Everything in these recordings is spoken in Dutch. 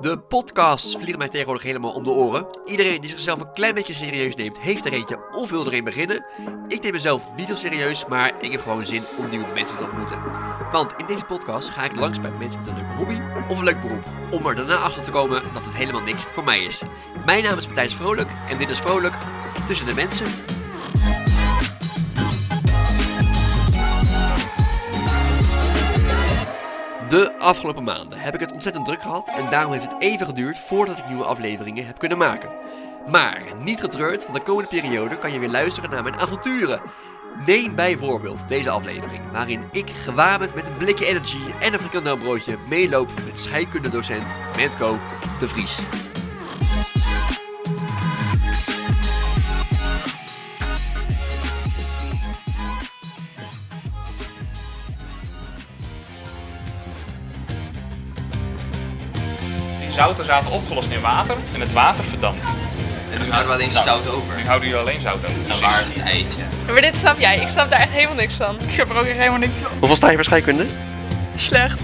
De podcasts vliegen mij tegenwoordig helemaal om de oren. Iedereen die zichzelf een klein beetje serieus neemt, heeft er eentje of wil er een beginnen. Ik neem mezelf niet heel serieus, maar ik heb gewoon zin om nieuwe mensen te ontmoeten. Want in deze podcast ga ik langs bij mensen met een leuke hobby of een leuk beroep. Om er daarna achter te komen dat het helemaal niks voor mij is. Mijn naam is Matthijs Vrolijk en dit is Vrolijk tussen de mensen. De afgelopen maanden heb ik het ontzettend druk gehad en daarom heeft het even geduurd voordat ik nieuwe afleveringen heb kunnen maken. Maar niet getreurd, want de komende periode kan je weer luisteren naar mijn avonturen. Neem bijvoorbeeld deze aflevering, waarin ik gewapend met een blikje energy en een frikandelbroodje meeloop met scheikundedocent Mentco de Vries. Die zouten zaten opgelost in water en het water verdampt. Nou, En nu houden we alleen zout over. Nu houden jullie alleen zout over. En waar is het eitje? Maar dit snap jij. Ik snap daar echt helemaal niks van. Ik snap er ook echt helemaal niks van. Hoeveel sta je voor scheikunde? Slecht.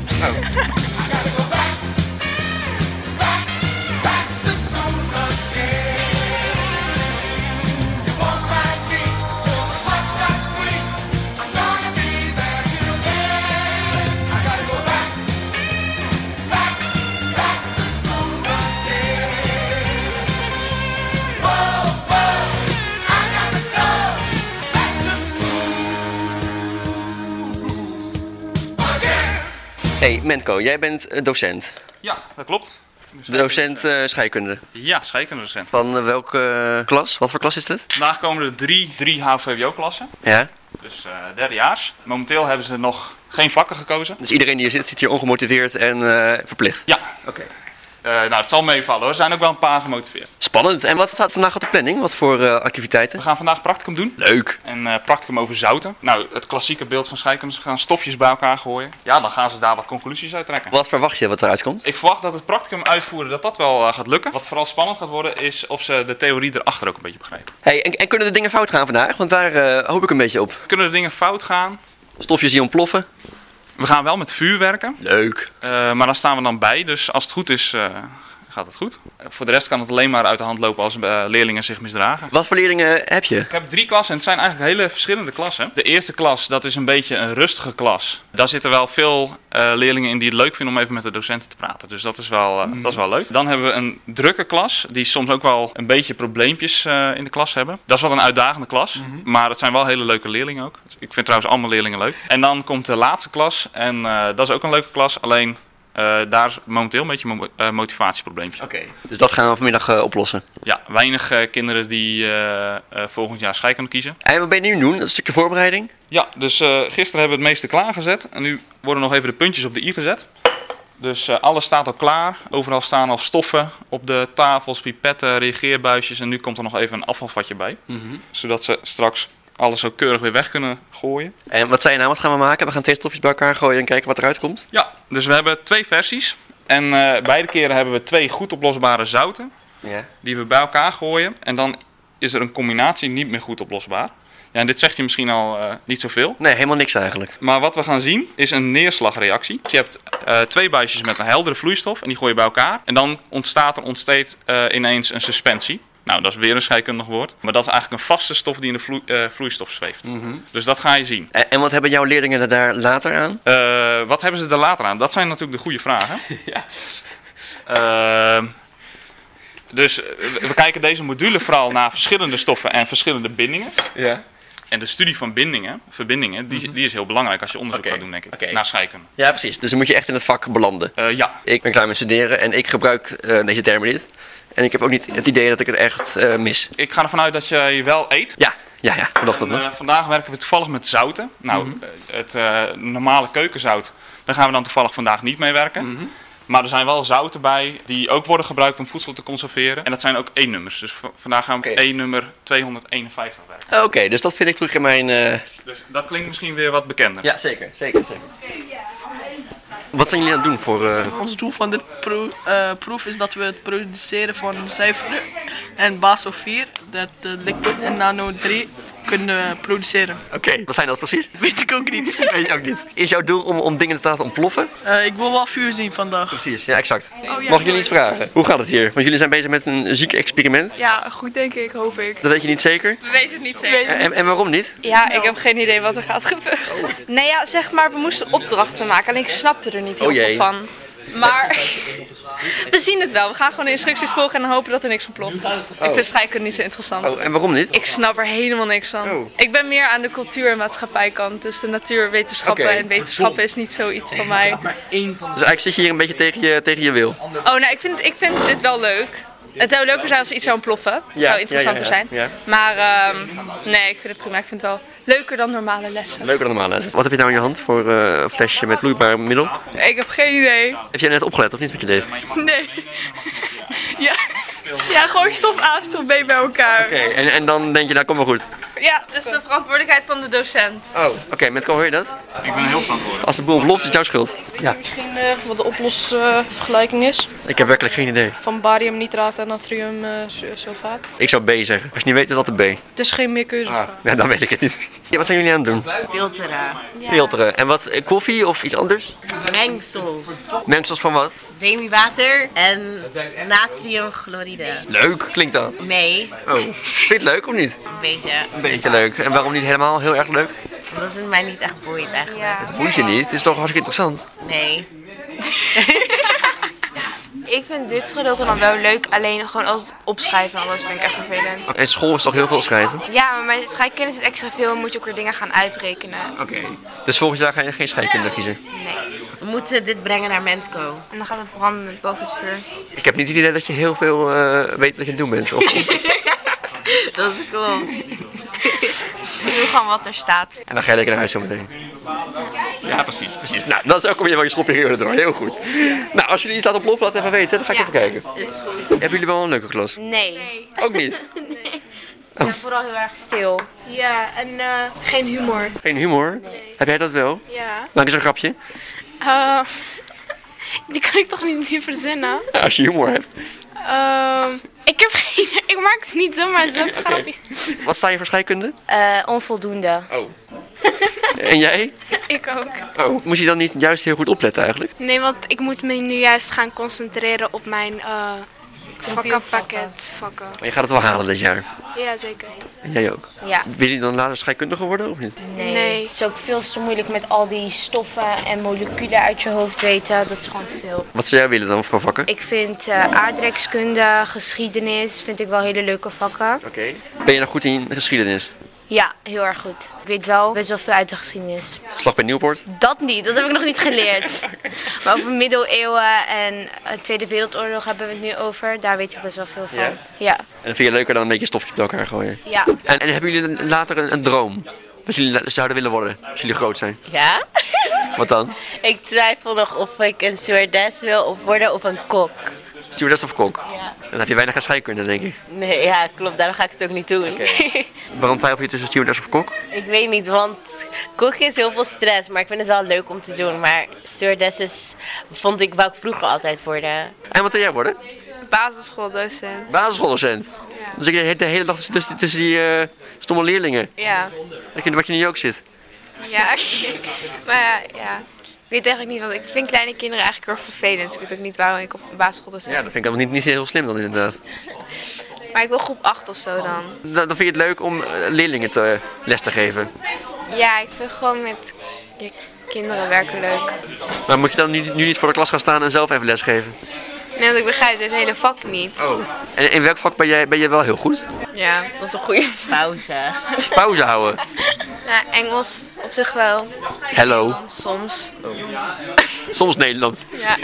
Hey Mentco, jij bent eh, docent. Ja, dat klopt. Docent eh, scheikkunde. Ja, scheikundedocent. Van eh, welke eh, klas? Wat voor klas is dit? Vandaag komen er drie, drie HVWO-klassen. Ja. Dus eh, derdejaars. Momenteel hebben ze nog geen vakken gekozen. Dus iedereen die hier zit, zit hier ongemotiveerd en eh, verplicht. Ja. Oké. nou, het zal meevallen hoor. Er zijn ook wel een paar gemotiveerd. Spannend. En wat staat vandaag op de planning? Wat voor eh, activiteiten? We gaan vandaag practicum doen. Leuk. En eh, practicum over zouten. Nou, het klassieke beeld van scheikunde. Ze gaan stofjes bij elkaar gooien. Ja, dan gaan ze daar wat conclusies uit trekken. Wat verwacht je wat eruit komt? Ik verwacht dat het practicum uitvoeren dat dat wel eh, gaat lukken. Wat vooral spannend gaat worden is of ze de theorie erachter ook een beetje begrijpen. Hey, en, en kunnen de dingen fout gaan vandaag? Want daar eh, hoop ik een beetje op. Kunnen er dingen fout gaan? Stofjes die ontploffen. We gaan wel met vuur werken, Leuk. eh, maar dan staan we dan bij. Dus als het goed is, eh, gaat het goed. Eh, voor de rest kan het alleen maar uit de hand lopen als eh, leerlingen zich misdragen. Wat voor leerlingen heb je? Ik heb drie klassen en het zijn eigenlijk hele verschillende klassen. De eerste klas, dat is een beetje een rustige klas. Daar zitten wel veel eh, leerlingen in die het leuk vinden om even met de docenten te praten. Dus dat is wel, eh, dat is wel leuk. Dan hebben we een drukke klas, die soms ook wel een beetje probleempjes eh, in de klas hebben. Dat is wel een uitdagende klas, maar het zijn wel hele leuke leerlingen ook. Dus Ik vind trouwens allemaal leerlingen leuk. En dan komt de laatste klas en eh, dat is ook een leuke klas, alleen... eh, daar is momenteel een beetje een mo- eh, motivatieprobleempje. Dus dat gaan we vanmiddag eh, oplossen. Ja, weinig eh, kinderen die eh, eh, volgend jaar scheikunde kiezen. En wat ben je nu aan het doen? Een stukje voorbereiding? Ja, dus eh, gisteren hebben we het meeste klaargezet. En nu worden nog even de puntjes op de i gezet. Dus eh, alles staat al klaar. Overal staan al stoffen op de tafels, pipetten, reageerbuisjes. En nu komt er nog even een afvalvatje bij. Zodat ze straks alles zo keurig weer weg kunnen gooien. En wat zei je nou? Wat gaan we maken? We gaan twee stofjes bij elkaar gooien en kijken wat eruit komt. Ja, dus we hebben twee versies. En eh, beide keren hebben we twee goed oplosbare zouten. Ja. Die we bij elkaar gooien. En dan is er een combinatie niet meer goed oplosbaar. Ja, en dit zegt je misschien al eh, niet zoveel. Nee, helemaal niks eigenlijk. Maar wat we gaan zien is een neerslagreactie. Je hebt eh, twee buisjes met een heldere vloeistof en die gooi je bij elkaar. En dan ontstaat er ontsteed eh, ineens een suspensie. Nou, dat is weer een scheikundig woord. Maar dat is eigenlijk een vaste stof die in de vloe- eh, vloeistof zweeft. Mhm. Dus dat ga je zien. En, en wat hebben jouw leerlingen daar later aan? Eh, wat hebben ze er later aan? Dat zijn natuurlijk de goede vragen. Ehm, dus eh, we we kijken deze module vooral naar verschillende stoffen en verschillende bindingen. Ja. En de studie van bindingen, verbindingen, die, die is heel belangrijk als je onderzoek Mhm. Oké, gaat doen, denk ik. oké. Naar scheikunde. Ja, precies. Dus dan moet je echt in het vak belanden. Eh, ja, Ik ben klaar met studeren en ik gebruik eh, deze termen niet. En ik heb ook niet het idee dat ik het echt eh, mis. ik ga ervan uit dat je je wel eet. Ja, ja, ja. Ik dacht dat En, nog. eh, vandaag werken we toevallig met zouten. Nou, Mhm. eh, het eh, normale keukenzout, daar gaan we dan toevallig vandaag niet mee werken. Mhm. Maar er zijn wel zouten bij die ook worden gebruikt om voedsel te conserveren. En dat zijn ook E-nummers. Dus v- vandaag gaan we met Oké. E-nummer 251 werken. Oké, dus dat vind ik terug in mijn... eh, Dus dat klinkt misschien weer wat bekender. Ja, zeker, zeker, zeker. Wat zijn jullie aan het doen voor... eh, Ons doel van de pro- eh, proef is dat we het produceren van cijferen en basis 4, dat eh, liquid en nano 3 kunnen eh, produceren. Oké, wat zijn dat precies? Weet ik ook niet. Weet je ook niet. Is jouw doel om, om dingen te laten ontploffen? Eh, ik wil wel vuur zien vandaag. Precies, ja, exact. Mag ik jullie iets vragen? Hoe gaat het hier? Want jullie zijn bezig met een ziek experiment. Ja, goed denk ik, hoop ik. Dat weet je niet zeker. We weten het niet zeker. Weet- En, en waarom niet? Ja, ik heb geen idee wat er gaat Oh. gebeuren. Nee, ja, zeg maar, we moesten opdrachten maken en ik snapte er niet heel Oh, jee. veel van. Maar we zien het wel. We gaan gewoon de instructies volgen en hopen dat er niks ontploft. Ik vind scheikunde niet zo interessant. Oh, en waarom niet? Ik snap er helemaal niks van. Oh. Ik ben meer aan de cultuur- en maatschappijkant. Dus de natuurwetenschappen Oké. en wetenschappen is niet zoiets van mij. Dus eigenlijk zit je hier een beetje tegen je, tegen je wil. Oh, nou, ik vind, ik vind dit wel leuk. Het zou leuker zijn als er iets zou ontploffen. Het Ja, zou interessanter ja, ja, ja. zijn. Maar ehm, nee, ik vind het prima. Ik vind het wel leuker dan normale lessen. Leuker dan normaal, hè? Wat heb je nou in je hand voor eh, een flesje met vloeibaar middel? Ik heb geen idee. Heb jij net opgelet of niet wat je deed? Oké, Nee. ja. ja, gewoon stof A, stof B bij elkaar. en, en dan denk je, nou, kom maar goed. Ja, dus de verantwoordelijkheid van de docent. Oh, oké, met kan hoor je dat? Ik ben heel verantwoordelijk. Als de boel ontploft, is het jouw schuld. Misschien eh, wat de oplosvergelijking is Ik heb werkelijk geen idee. van bariumnitraat en eh, natriumsulfaat. Ik zou B zeggen. Als je niet weet, is dat een B. het is geen meer keuze. Ah. Ja, dan weet ik het niet. Ja, wat zijn jullie aan het doen? Filteren. Filteren. En wat? eh, Koffie of iets anders? Mengsels. Mengsels van wat? Demiwater en natriumchloride. Leuk klinkt dat. Nee, Oh. Vind je het leuk of niet? een beetje. Een beetje leuk. En waarom niet helemaal heel erg leuk? Dat het mij niet echt boeit eigenlijk. Moet je niet. Het is toch hartstikke interessant. Nee. Ik vind dit gedeelte dan wel leuk, alleen gewoon als het opschrijven en alles vind ik echt vervelend. En school is toch heel veel schrijven? Ja, maar met scheikunde is het extra veel en moet je ook weer dingen gaan uitrekenen. Oké. Dus volgend jaar ga je geen scheikunde kiezen? Nee. We moeten dit brengen naar Mentco. En dan gaat het branden boven het vuur. Ik heb niet het idee dat je heel veel eh, weet wat je aan het doen bent. Of, Dat klopt. Ik doe gewoon wat er staat. en dan ga je lekker naar huis zometeen. Ja, precies, precies. Nou, dat is ook weer van je schoolperiode door. Heel goed. Nou, als jullie iets laten ontploffen, laat even weten. Dan ga ik Ja. even kijken. Hebben jullie wel een leuke klas? Nee. Ook niet. Ik ben vooral heel erg stil. Ja, en geen humor. Geen humor? Heb jij dat wel? Ja. Eh, Maak eens een grapje. die kan ik toch niet meer verzinnen? Ja, als je humor hebt. Ehm, ik heb geen... Ik maak het niet zomaar zo'n grapje. Wat sta je voor scheikunde? Eh, onvoldoende. Oh. En jij? Ik ook. Oh. Moest je dan niet juist heel goed opletten eigenlijk? Nee, want ik moet me nu juist gaan concentreren op mijn eh vakkenpakket. Vakken. Maar je gaat het wel halen dit jaar. Ja, zeker. En jij ook. Ja, Wil je dan later scheikundige worden of niet? nee. Nee. Het is ook veel te moeilijk met al die stoffen en moleculen uit je hoofd weten. Dat is gewoon te veel. Wat zou jij willen dan voor vakken? Ik vind eh aardrijkskunde, geschiedenis, vind ik wel hele leuke vakken. Oké. Ben je nou goed in geschiedenis? Ja, heel erg goed. Ik weet wel best wel veel uit de geschiedenis. Slag bij Nieuwpoort? Dat niet, dat heb ik nog niet geleerd. Maar over middeleeuwen en eh, Tweede Wereldoorlog hebben we het nu over. Daar weet ik best wel veel van. Ja? Ja, ja. En dat vind je leuker dan een beetje stofjes bij elkaar gooien. En, en hebben jullie dan later een, een droom? Wat jullie la- zouden willen worden als jullie groot zijn? Ja? Wat dan? Ik twijfel nog of ik een stewardess wil of worden of een kok. Stewardess of kok? Ja. Dan heb je weinig aan scheikunde, denk ik. Nee, ja, klopt. Daarom ga ik het ook niet doen. Waarom twijfel je tussen stewardess of kok? ik weet niet, want koken is heel veel stress. Maar ik vind het wel leuk om te doen. Maar stewardesses vond ik, wou ik vroeger altijd worden. En wat wil jij worden? Basisschooldocent. Basisschooldocent. Dus ik de hele dag tussen, tussen die eh, stomme leerlingen. Ja. Dat je, wat je nu ook zit. Ja, maar ja, ja. Ik weet eigenlijk niet, want ik vind kleine kinderen eigenlijk heel vervelend. Dus ik weet ook niet waarom ik op een basisschool dus. Ja, dat vind ik dan niet, niet heel slim dan inderdaad. Maar ik wil groep 8 of Oh. zo dan. Dan, dan vind je het leuk om eh, leerlingen te, eh, les te geven. Ja, ik vind gewoon met je kinderen werken leuk. Maar moet je dan nu, nu niet voor de klas gaan staan en zelf even les geven? Nee, want ik begrijp dit hele vak niet. Oh. En in welk vak ben jij, ben jij wel heel goed? Ja, dat is een goede vraag. Pauze. Pauze houden. Ja, Engels op zich wel. Hello. Soms. Soms Nederland. Ja.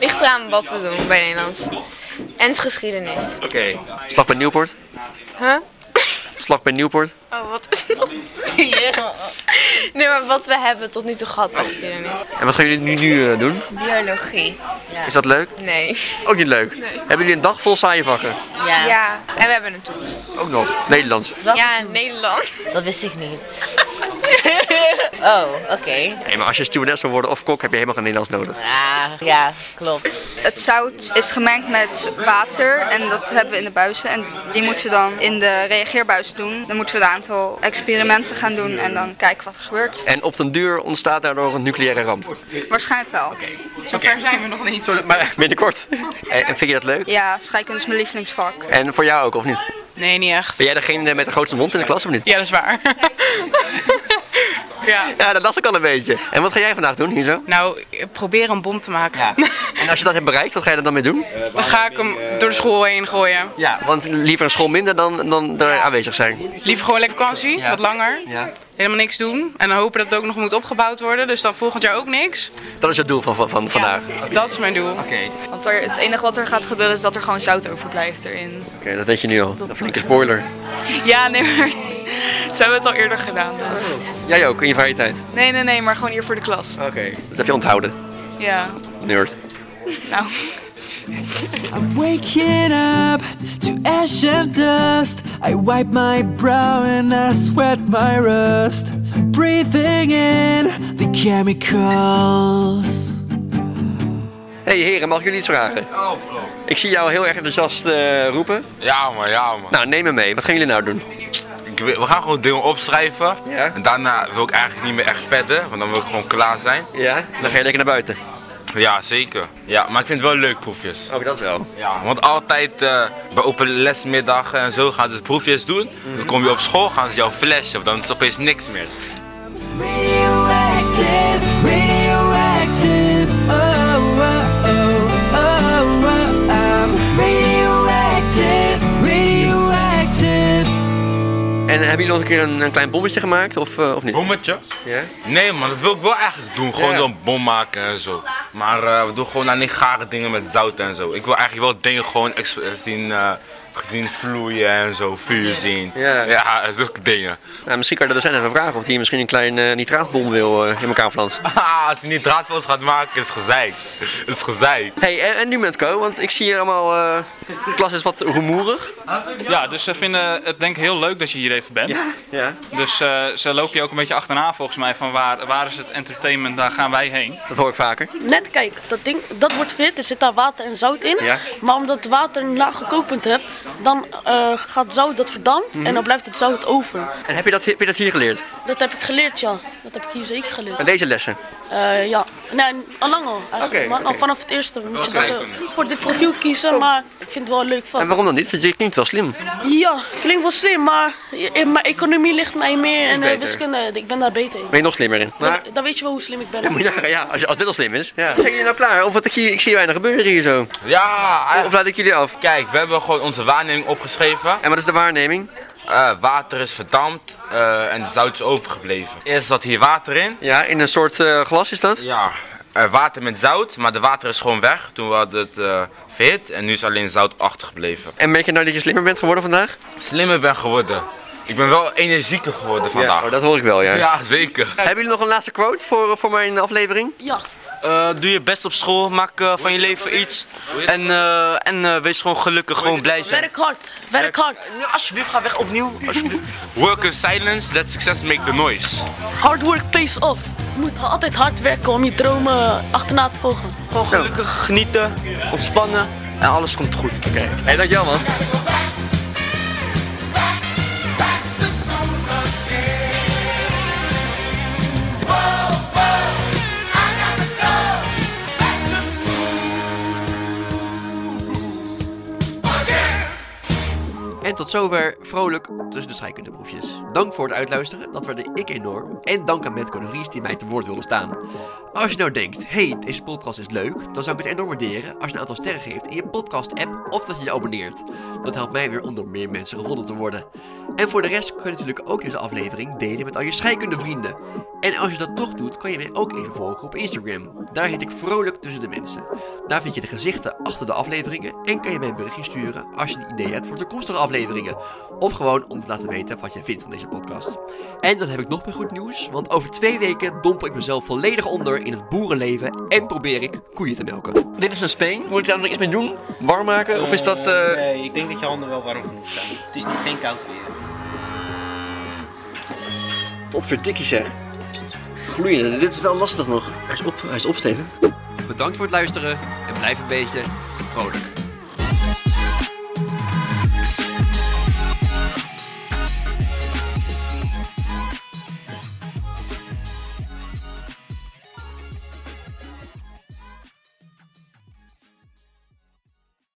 Ligt eraan wat we doen bij Nederlands. En geschiedenis. Oké. Slag bij Nieuwpoort. Huh? Slag bij Nieuwpoort. Oh, wat is dat? Nee, maar wat we hebben tot nu toe gehad bij geschiedenis. En wat gaan jullie nu, nu eh, doen? Biologie. Is dat leuk? Nee. Ook niet leuk. Hebben jullie een dag vol saaie vakken? Ja. Ja, en we hebben een toets. Ook nog. Nederlands. Wat? Ja, Nederland. Dat wist ik niet. Oh, oké. Nee, maar als je stewardess wil worden of kok, heb je helemaal geen Nederlands nodig. Ah, ja, klopt. Het zout is gemengd met water en dat hebben we in de buizen. En die moeten we dan in de reageerbuis doen. Dan moeten we een aantal experimenten gaan doen en dan kijken wat er gebeurt. En op den duur ontstaat daardoor een nucleaire ramp. Waarschijnlijk wel. Zover zijn we nog niet. Maar binnenkort. Eh, En en vind je dat leuk? Ja, scheikunde is mijn lievelingsvak. En voor jou ook, of niet? Nee, niet echt. Ben jij degene met de grootste mond in de klas, of niet? Ja, dat is waar. ja. Ja, dat dacht ik al een beetje. En wat ga jij vandaag doen hier zo? Nou, probeer een bom te maken. En als je dat hebt bereikt, wat ga je er dan mee doen? Dan ga ik hem door de school heen gooien. Ja, want liever een school minder dan, dan er aanwezig zijn. Liever gewoon lekker vakantie, Ja. wat langer. Ja. Helemaal niks doen. En dan hopen dat het ook nog moet opgebouwd worden. Dus dan volgend jaar ook niks. Dat is het doel van, van, van vandaag. Oké, Dat is mijn doel. Want het enige wat er gaat gebeuren is dat er gewoon zout overblijft erin. Oké, dat weet je nu al. Een flinke spoiler. Ja, nee, maar ze hebben het al eerder gedaan. dus. Jij ook, in je vrije tijd. Nee, nee, nee, maar gewoon hier voor de klas. Oké. Dat heb je onthouden, Ja. Nou. nerd. I'm waking up to ash and dust. I wipe my brow and I sweat my rust. Breathing in the chemicals. Hey heren, mag ik jullie iets vragen? Ik zie jou heel erg enthousiast eh, roepen. Ja man, ja man. Nou, neem me mee. Wat gaan jullie nou doen? Ik wil- we gaan gewoon dingen opschrijven. Ja. En daarna wil ik eigenlijk niet meer echt verder, want dan wil ik gewoon klaar zijn. Ja? Dan ga je lekker naar buiten. Ja, Ah, zeker. Ja, maar ik vind het wel leuk proefjes. Ook dat wel. Ja, want altijd eh, bij open lesmiddagen en zo gaan ze proefjes doen. Dan kom je op school, gaan ze jou flashen, want dan is het opeens niks meer. Radioactive, radioactive. Oh, oh, oh, oh, oh. I'm radioactive, radioactive. En hebben jullie nog een keer een, een klein bommetje gemaakt of, eh, of niet? Bommetje? Ja. Nee man, dat wil ik wel eigenlijk doen. Gewoon Ja. een bom maken en zo. Maar eh, we doen gewoon alleen gare dingen met zout en zo. Ik wil eigenlijk wel dingen gewoon ex- eh, zien, eh, zien vloeien en zo. Vuur zien. Ja. ja, zulke dingen. Nou, misschien kan je de docent even vragen of hij misschien een klein eh, nitraatbom wil eh, in elkaar flansen. Ah, als hij niet draadloos gaat maken, is gezeik. Is gezeik. Hey, en, en nu met Co, want ik zie hier allemaal. eh, de klas is wat rumoerig. Ja, dus ze vinden het denk ik heel leuk dat je hier even bent. Ja. Dus eh, ze lopen je ook een beetje achterna volgens mij van waar, waar is het entertainment, daar gaan wij heen. Dat hoor ik vaker. Net kijk, dat ding, dat wordt verhit, er zit daar water en zout in. Ja. Maar omdat het water een laag kookpunt hebt, dan eh, gaat zout dat verdampt en dan blijft het zout over. Mhm. En heb je dat, heb je dat hier geleerd? Dat heb ik geleerd, ja. Dat heb ik hier zeker geleerd. Bij deze lessen? Eh, ja, nee, al lang al eigenlijk. Oké, maar al oké. vanaf het eerste moet je dat, eh, voor dit profiel kiezen, maar ik vind het wel leuk En van. waarom dan niet? Want je klinkt wel slim. Ja, klinkt wel slim, maar in mijn economie ligt mij meer en eh, beter. wiskunde, ik ben daar beter in. Ben je nog slimmer in? Maar, Dan, dan weet je wel hoe slim ik ben. ja, moet je nagaan, ja, als, je- als dit al slim is. Zijn jullie nou klaar? Of wat ik, hier, ik zie weinig gebeuren hier zo. Ja, Of eigenlijk- laat ik jullie af? kijk, we hebben gewoon onze waarneming opgeschreven. En wat is de waarneming? Eh, water is verdampt eh, en zout is overgebleven. Eerst zat hier water in. Ja, in een soort eh, glas is dat? Ja, eh, water met zout, maar de water is gewoon weg. Toen we hadden het eh verhit en nu is alleen zout achtergebleven. En merk je nou dat je slimmer bent geworden vandaag? Slimmer ben geworden. Ik ben wel energieker geworden vandaag. Ah. Ja, oh, dat hoor ik wel, ja. Ja, zeker. Hebben jullie nog een laatste quote voor, eh, voor mijn aflevering? Ja. Eh, doe je best op school, maak eh, van je leven iets. En, eh, en eh, wees gewoon gelukkig, gewoon blij zijn. Werk hard, werk hard. Alsjeblieft, ga weg opnieuw. Alsjeblieft. Work in silence, let success make the noise. Hard work pays off. Je moet altijd hard werken om je dromen achterna te volgen. Gewoon gelukkig genieten, ontspannen en alles komt goed. Oké. Hé, hey, dankjewel man. En tot zover vrolijk tussen de scheikundeproefjes. Dank voor het uitluisteren, dat waardeer ik enorm. En dank aan Metco de Vries die mij te woord wilde staan. Als je nou denkt, hey, deze podcast is leuk, dan zou ik het enorm waarderen als je een aantal sterren geeft in je podcast-app of dat je je abonneert. Dat helpt mij weer om door meer mensen gevonden te worden. En voor de rest kun je natuurlijk ook deze aflevering delen met al je scheikundevrienden. En als je dat toch doet, kan je mij ook even volgen op Instagram. Daar heet ik vrolijk tussen de mensen. Daar vind je de gezichten achter de afleveringen en kan je mij een berichtje sturen als je een idee hebt voor toekomstige afleveringen. Of gewoon om te laten weten wat jij vindt van deze podcast. En dan heb ik nog meer goed nieuws, want over twee weken dompel ik mezelf volledig onder in het boerenleven en probeer ik koeien te melken. Dit is een speen, moet ik daar nog iets mee doen? Warm maken? Of is dat... eh, Nee, ik denk dat je handen wel warm genoeg zijn. Het is niet geen koud weer. Potverdikkie zeg. Gloeien, dit is wel lastig nog. Hij is, op, hij is opsteken. Bedankt voor het luisteren en blijf een beetje vrolijk.